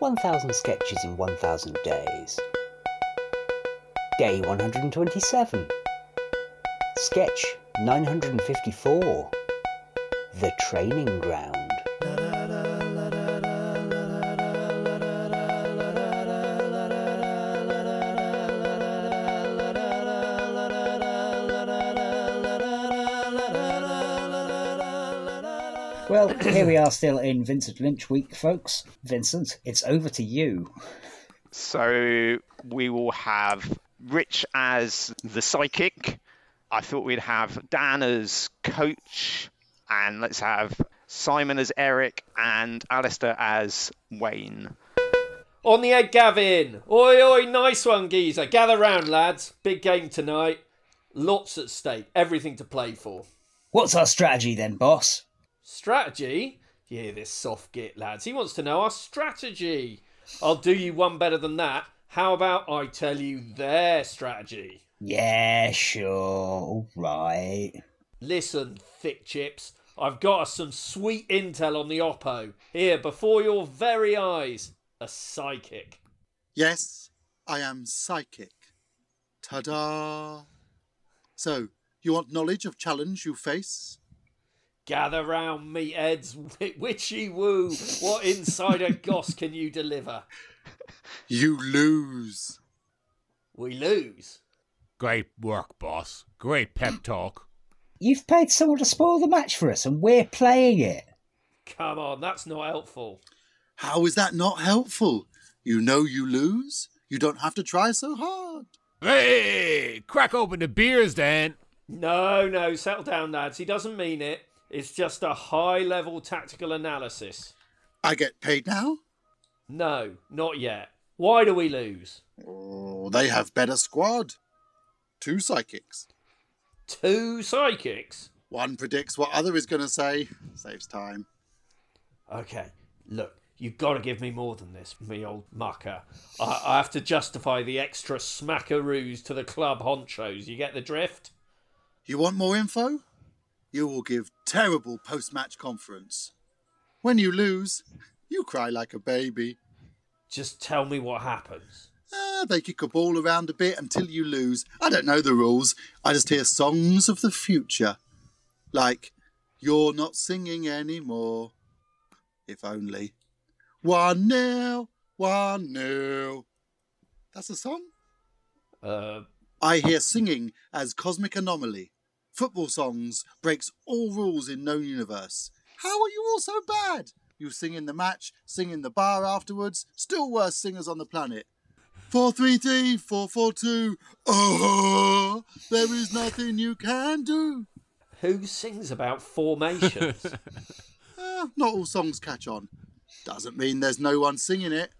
1000 Sketches in 1000 Days. Day 127. Sketch 954. The Training Ground. Well, here we are still in Vincent Lynch week, folks. Vincent, it's over to you. So we will have Rich as the psychic. I thought we'd have Dan as coach, and let's have Simon as Eric and Alistair as Wayne. On the head, Gavin. Oi, oi, nice one, geezer. Gather round, lads. Big game tonight. Lots at stake. Everything to play for. What's our strategy then, boss? Strategy? Yeah, this soft git, lads. He wants to know our strategy. I'll do you one better than that. How about I tell you their strategy? Yeah, sure, all right. Listen, thick chips. I've got us some sweet intel on the Oppo. Here, before your very eyes. A psychic. Yes, I am psychic. Ta da! So, you want knowledge of challenge you face? Gather round, meatheads. Witchy woo. What insider goss can you deliver? You lose. We lose. Great work, boss. Great pep talk. You've paid someone to spoil the match for us, and we're playing it. Come on, that's not helpful. How is that not helpful? You know you lose. You don't have to try so hard. Hey, crack open the beers, Dan. No, no, settle down, lads. He doesn't mean it. It's just a high level tactical analysis. I get paid now? No, not yet. Why do we lose? Oh, they have better squad. Two psychics. Two psychics? One predicts what other is going to say. Saves time. Okay, look, you've got to give me more than this, me old mucker. I, I have to justify the extra smackaroos to the club honchos. You get the drift? You want more info? You will give terrible post match conference. When you lose, you cry like a baby. Just tell me what happens. Ah, they kick a ball around a bit until you lose. I don't know the rules. I just hear songs of the future. Like, You're Not Singing Anymore. If only. 1 nil, 1 nil. That's a song? Uh, I hear singing as Cosmic Anomaly. Football songs breaks all rules in known universe. How are you all so bad? You sing in the match, sing in the bar afterwards, still worst singers on the planet. 433, 442, oh, there is nothing you can do. who sings about formations? Ah, not all songs catch on. Doesn't mean there's no one singing it.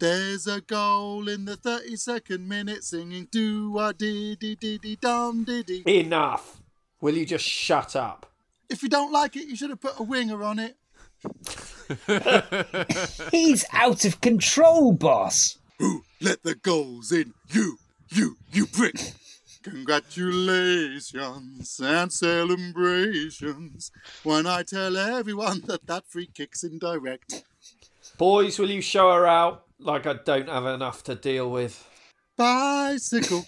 There's a goal in the 32nd minute singing do a dee dee dee dee dum dee dee. Enough. Will you just shut up? If you don't like it, you should have put a winger on it. He's out of control, boss. Who let the goals in? You, you, you prick! Congratulations and celebrations when I tell everyone that that free kick's indirect. Boys, will you show her out? Like I don't have enough to deal with. Bicycle,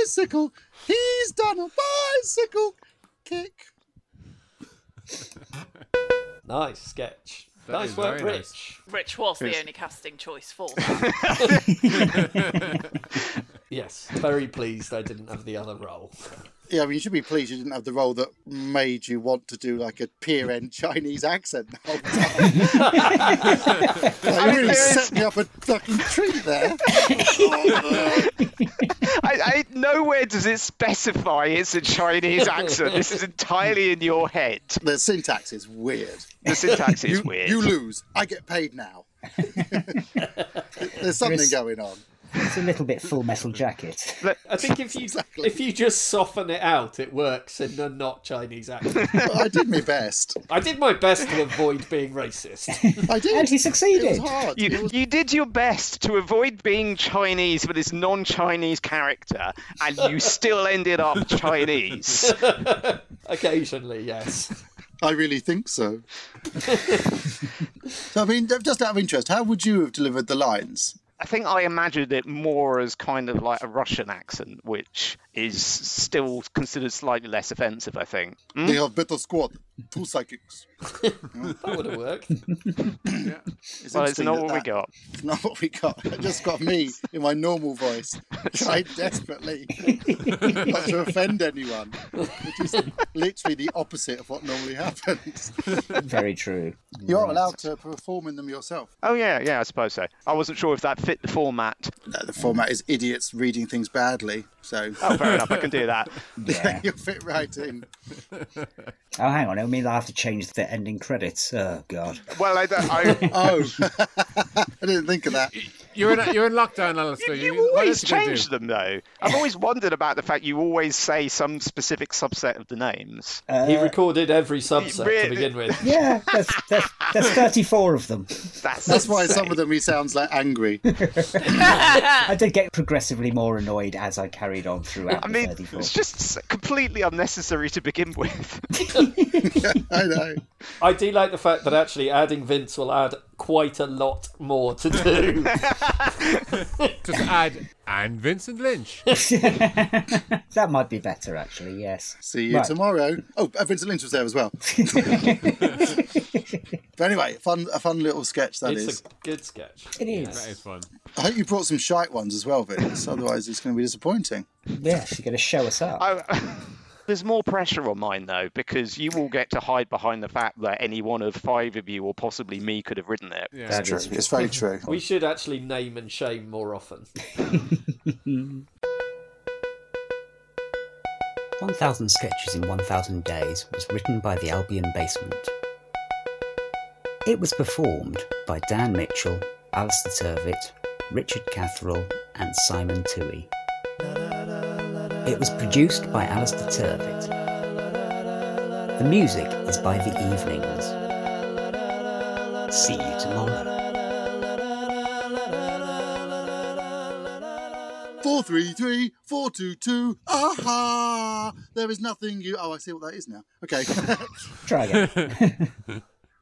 bicycle, he's done a bicycle kick. Nice sketch. That nice is work, very Rich. Rich was the Yes. only casting choice for. Yes, very pleased I didn't have the other role. Yeah, I mean, you should be pleased you didn't have the role that made you want to do like a peer end Chinese accent the whole time. like, you really set me up a fucking treat there. I, I, nowhere does it specify it's a Chinese accent. This is entirely in your head. The syntax is weird. The syntax is you, weird. you lose. I get paid now. There's something Chris- going on. It's a little bit full metal jacket. I think if you Exactly. if you just soften it out, it works in a not Chinese accent. But I did my best. I did my best to avoid being racist. I did. And he it succeeded. was hard. It You, was- you did your best to avoid being Chinese for this non Chinese character, and you still ended up Chinese. Occasionally, yes. I really think so. so, I mean, just out of interest, how would you have delivered the lines? I think I imagined it more as kind of like a Russian accent, which is still considered slightly less offensive, I think. Mm, They have better squad, two psychics. That would have worked. well, it's interesting not that what we that- got. It's not what we got. I just got me in my normal voice, tried desperately not to offend anyone, which is literally the opposite of what normally happens. Very true. You are allowed to perform in them yourself. Oh, yeah, yeah, I suppose so. I wasn't sure if that fit the format. No, the format is idiots reading things badly, so Oh, fair enough, I can do that. Yeah. you'll fit right in. Oh, hang on. I mean, I have to change the ending credits. Oh, God. Well, I, don't- I, Oh, I didn't think of that. You're in, you're in lockdown, Alistair. You, what always else can you do? change them, though. I've always wondered about the fact you always say some specific subset of the names. he recorded every subset to really- begin with. Yeah, there's, there's, there's 34 of them. That's, That's why insane. some of them he sounds like angry. I did get progressively more annoyed as I carried on throughout I the mean, 34. it's just s- completely unnecessary to begin with. I know. I do like the fact that actually adding Vince will add quite a lot more to do. Just add and Vincent Lynch. That might be better, actually, yes. See you Right. tomorrow. Oh, uh, Vincent Lynch was there as well. but anyway, fun, a fun little sketch that is. it's a good sketch. It that is is. fun. I hope you brought some shite ones as well, Vince. Otherwise, it's going to be disappointing. Yeah, she's going to show us up. I, there's more pressure on mine though, because you will get to hide behind the fact that any one of five of you, or possibly me, could have written it. Yeah. That is- It's very true. We should actually name and shame more often. 1000 Sketches in 1000 Days was written by the Albion Basement. It was performed by Dan Mitchell, Alistair Turvitt, Richard Catherall, and Simon Toohey. It was produced by Alistair Turvitt. The music is by The Evenings. See you tomorrow. 433, 422, aha! There is nothing you. Oh, I see what that is now. Okay. Try again.